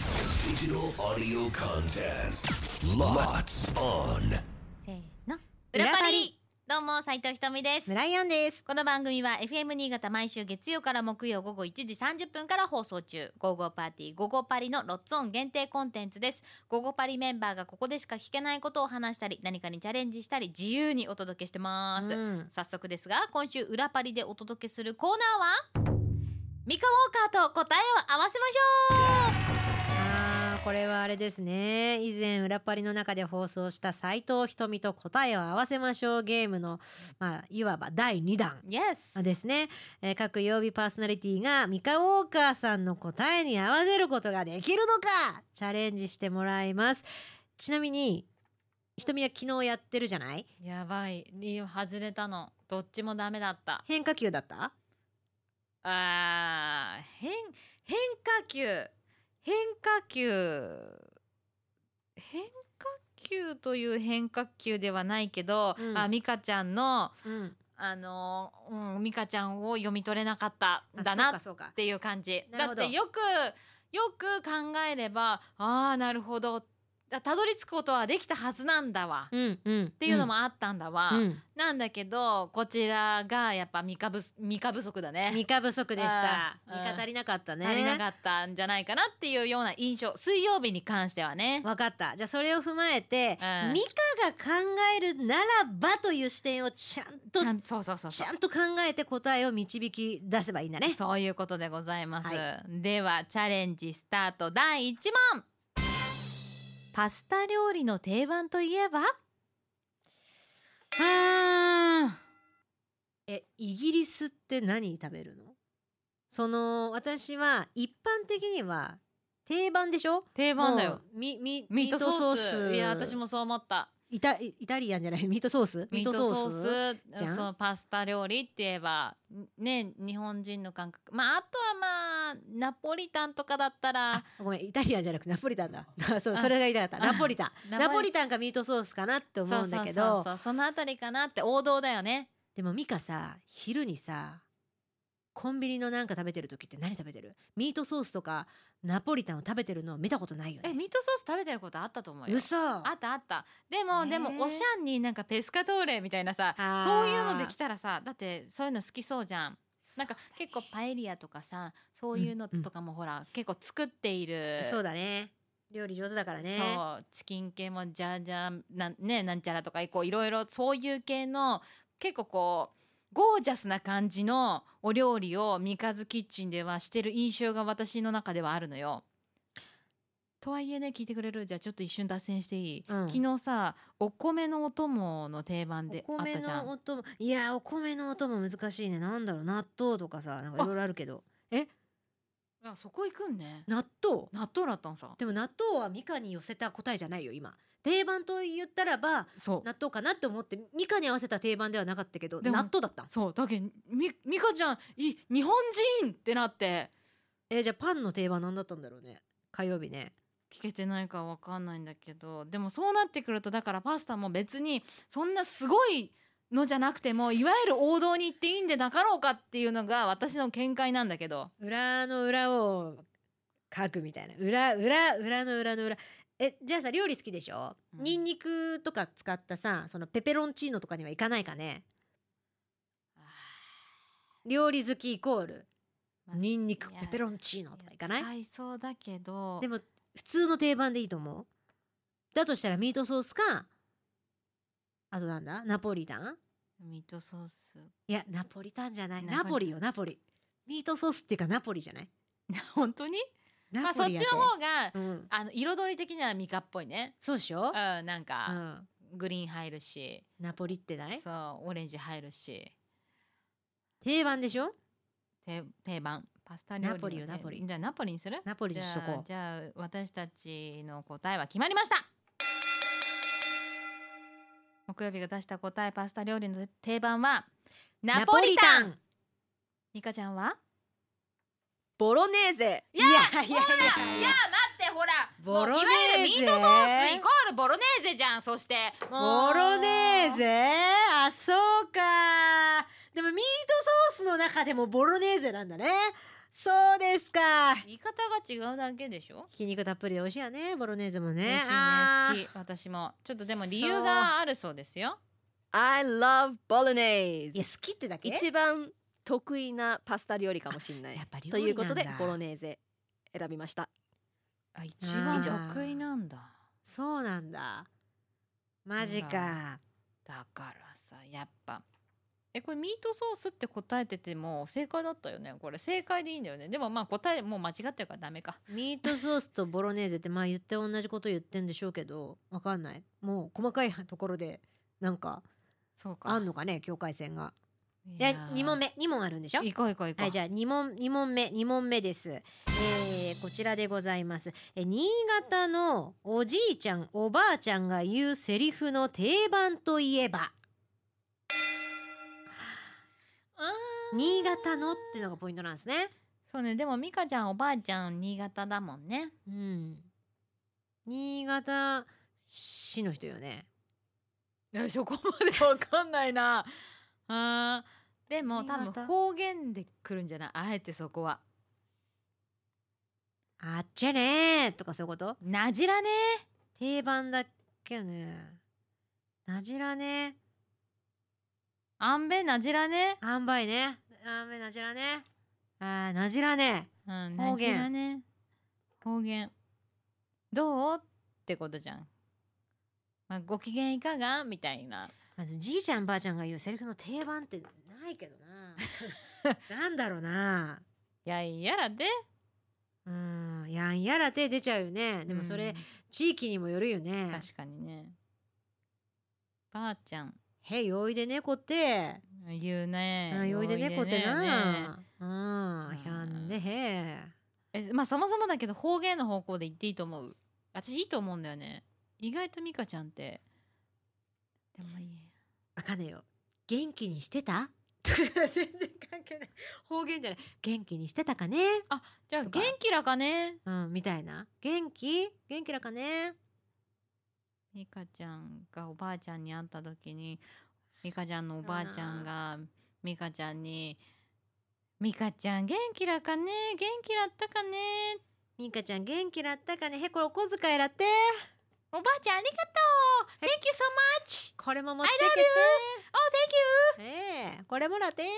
Digital audio contest. Lots on. せーの裏パリどうも斉藤ひとみですライアンです。この番組は FM 新潟毎週月曜から木曜午後1時30分から放送中「午後パーティー午後パリ」のロッツオン限定コンテンツです午後パリメンバーがここでしか聞けないことを話したり何かにチャレンジしたり自由にお届けしてます、うん早速ですが今週裏パリでお届けするコーナーはミカウォーカーと答えを合わせましょうあーこれはあれですね。以前裏パリの中で放送した斉藤ひとみと答えを合わせましょうゲームのまあいわば第2弾。 Yes ですね、えー各曜日パーソナリティがミカ・ウォーカーさんの答えに合わせることができるのかチャレンジしてもらいますちなみにひとみは昨日やってるじゃないやばい外れたのどっちもダメだった変化球だったあー変変化球変化球変化球という変化球ではないけど、うんあ美香ちゃんのうんあの、うん、美香ちゃんを読み取れなかったあだなそうっかそうかていう感じなるだっほどてよくよく考えればああなるほどあたどり着くことはできたはずなんだわ、っうんうんっていうのもあったんだわ、うん、なんだけどこちらがやっぱ美香不美香不足だねミカ不足でしたあーミカ足りなかったね足りなかったんじゃないかなっていうような印象水曜日に関してはねわかったじゃあそれを踏まえて、うんミカが考えるならばという視点をちゃんとちゃんそうそうそうちそゃうんと考えて答えを導き出せばいいんだねそういうことでございます、はではチャレンジスタート第1問パスタ料理の定番といえばうんえイギリスって何食べるのその私は一般的には定番でしょ定定番だよミミミートソースミートソースいや私もそう思ったイタイタリアンじゃないミートソースミートソースじゃんそのパスタ料理って言えばね日本人の感覚まああとはまあナポリタンとかだったらあごめんイタリアンじゃなくてナポリタンだ そうあそれが言いたかったあナポリタンナポリナポリタンかミートソースかなって思うんだけどそうそうそうそうそのあたりかなって王道だよねでもミカさ昼にさコンビニのなんか食べてる時って何食べてるミートソースとかナポリタンを食べてるの見たことないよえねミートソース食べてることあったと思うよ嘘あったあったでも、ねでえもおしゃんになんかペスカトーレみたいなさあーそういうのできたらさだってそういうの好きそうじゃんそなんか結構パエリアとかさそういうのとかもほら、結構作っているそうだね料理上手だからねそうチキン系もジャージャーなん,、ね、なんちゃらとかこういろいろそういう系の結構こうゴージャスな感じのお料理を三日月キッチンではしてる印象が私の中ではあるのよ。とはいえね聞いてくれるじゃあちょっと一瞬脱線していい、うん昨日さお米のお供の定番でおあっ米たじゃのん。音もいやお米の音も難しいねなんだろう納豆とかさなんかいろいろあるけどあそこ行くんね。納豆納豆だったんさ。でも納豆はミカに寄せた答えじゃないよ今定番と言ったらばそう納豆かなって思ってミカに合わせた定番ではなかったけどでも納豆だったそうだけどみ美香ちゃんい日本人ってなってえーじゃあパンの定番なんだったんだろうね火曜日ね聞けてないかわかんないんだけどでもそうなってくるとだからパスタも別にそんなすごいのじゃなくてもいわゆる王道に行っていいんでなかろうかっていうのが私の見解なんだけど裏の裏を書くみたいな裏裏裏の裏の裏えじゃあさ料理好きでしょ、うんニンニクとか使ったさそのペペロンチーノとかにはいかないかね料理好きイコールまあニンニクいやペペロンチーノとかいかない使いそうだけどでも普通の定番でいいと思うだとしたらミートソースかあとなんだナポリタンミートソース いやナポリタンじゃないナナポポリリよナポリミートソースっていうかナポリじゃない本当にまナあそポっリちやの方がうん、あの彩り的にはミカっぽいねそうでしう、ょんなんうかん、グリーン入るしナポリってないそうオレンジ入るし定番でしょ定定番パスタ料理のナポリ定よナポリじゃあナポリにするナポリじにゃしとあこじゃあ私たちの答えは決まりました木曜日が出した答えパスタ料理の定番はうナポリタンンミカちゃんはボロネーゼいやいやいやほらいや待ってほらボロネーゼもういわゆるミートソースイコールボロネーゼじゃんそしてもうボロネーゼあそうかでもミートソースの中でもボロネーゼなんだねそうですか言い方が違うだけでしょひき肉たっぷりで美味しいよねボロネーゼもね美味あしいーね好き私もちょっとでも理由があるそうですよ I love bolognese いや好きってだけ一番得意なパスタ料理かもしれなやっいぱりということでボロネネーゼ選びましたあ一番以上得意なんだそうなんだマジほかだからさやっぱえこれミートソースって答えてても正解だったよねこれ正解でいいんだよねでもまあ答えもう間違ってるからダメかミートソースとボロネーゼってまあ言って同じこと言ってんでしょうけどわかんないもう細かいところでなんかそうかあんのかね境界線がいいやー2問目2問あるんでしょ行こう行こう行こう、はい、じゃあ2問二問目二問目です、えーこちらでございますえー新潟のおじいちゃんおばあちゃんが言うセリフの定番といえばうーん新潟のっていうのがポイントなんですねそうねでも美香ちゃんおばあちゃん新潟だもんねうん新潟市の人よねいやそこまでわかんないな あーでも多新潟分方言で来るんじゃないあえてそこはあっちゃねーとかそういうことなじらね定番だっけねなじらねあんべなじらねあんばいねあんべなじらねあーなじらねうん、な方言じらね方言どうってことじゃん、まあ、ご機嫌いかがみたいなまずじいちゃんばあちゃんが言うセリフの定番ってないけど ななんだろうなやいやらでうんやんやらて出ちゃうよねでもそれ、、地域にもよるようんね確かにねばあちゃんへいおいで猫って言うねあよいで猫ってよいでねなうんひゃんでへえまあそもそもだけど方言の方向で言っていいと思う私いいと思うんだよね意外と美香ちゃんってでもいいわかんないよ元気にしてたとか全然関係ない方言じゃない元気にしてたかねじゃあとか元気らかねうんみたいな元気元気だかね美香ちゃんがおばあちゃんに会った時に美香ちゃんのおばあちゃんが美香ちゃんに「美香ちゃん元気らかね元気だったかねみかちゃん元気だったかねへこれお小遣いだっておばあちゃんありがとう Thank you so much! これも持ってけて Oh thank you! ええこれもらって。おー、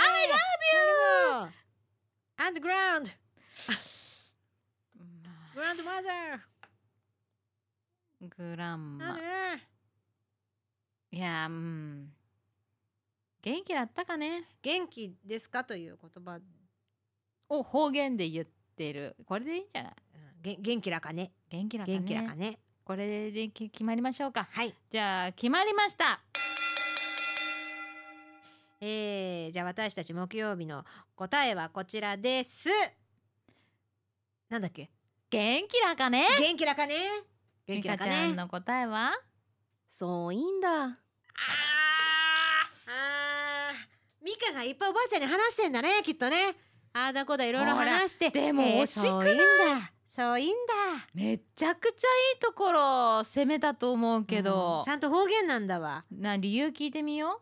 I love これも。And ground, grandmother, グランマ and her. いやーうん元気だったかね元気ですかという言葉。を方言で言ってるこれでいいんじゃないうんげ元気らかね。元気だかね元気らかね。これでき決まりましょうかはい。じゃあ決まりましたえー、じゃあ私たち木曜日の答えはこちらです。なんだっけ？元気だかね元気らかね。元ミ気カらちかゃんね。の答えはそういいんだあー、ミカがいっぱいおばあちゃんに話してんだね、きっとね。あーだこうだいろいろほら話して。でも惜しくないえーそういいんだ。そういいんだ。めちゃくちゃいいところを攻めたと思うけうどんち、ゃんと方言なんだわ。な理由聞いてみよ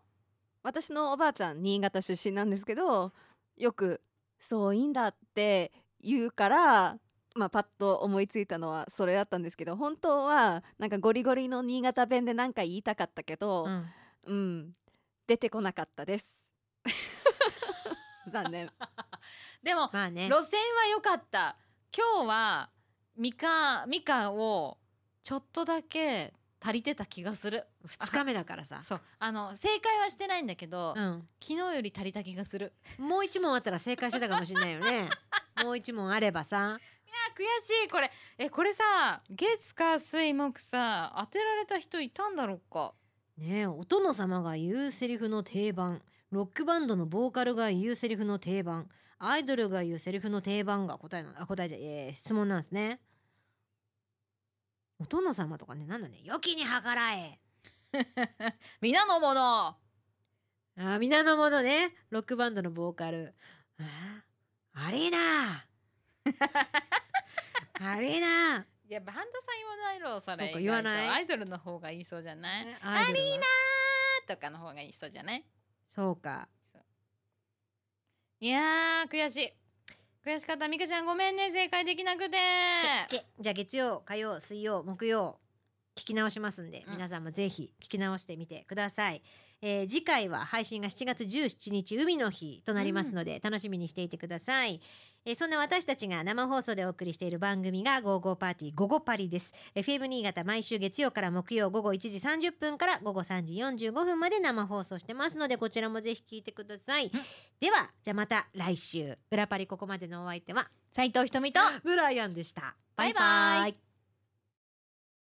私のおばあちゃん新潟出身なんですけどよく「そういいんだ」って言うから、まあ、パッと思いついたのはそれだったんですけど本当はなんかゴリゴリの新潟弁で何か言いたかったけど、うん出てこなかったです 残念うでも、まあね。路線は良かった今日はミカミカをちょっとだけ足りてた気がする二日目だからさ。そうあの正解はしてないんだけど、うん。昨日より足りた気がするもう一問あったら正解してたかもしれない よね。もう一問あればさ。あ悔しいこれえこれさ月火水木さ当てられた人いたんだろうかねえ、お殿様が言うセリフの定番。ロックバンドのボーカルが言うセリフの定番。アイドルが言うセリフの定番が答えなあ答えじゃえー質問なんですね。お殿様とかね、なんだね、良きに計らえ。皆のものあー、皆のものね、ロックバンドのボーカル。あー、アリーナアリーナいやバンドさん言わないろそれそうか言わな意い外とアイドルの方が言いそうじゃないアアリーナとかの方が言いそうじゃないそうか。いやー悔しい悔しかったミカちゃんごめんね正解できなくてじゃじゃあ月曜火曜水曜木曜聞き直しますんで、うん皆さんもぜひ聞き直してみてください、えー次回は配信が7月17日海の日となりますので、楽しみにしていてくださいえーそんな私たちが生放送でお送りしている番組が「ゴーゴーパーティーゴゴパリ」です。FM 新潟毎週月曜から木曜午後1時30分から午後3時45分まで生放送してますのでこちらもぜひ聞いてください。ではじゃあまた来週「裏パリ」ここまでのお相手は斉藤ひとみとブライアンでした。バイバイバイバイ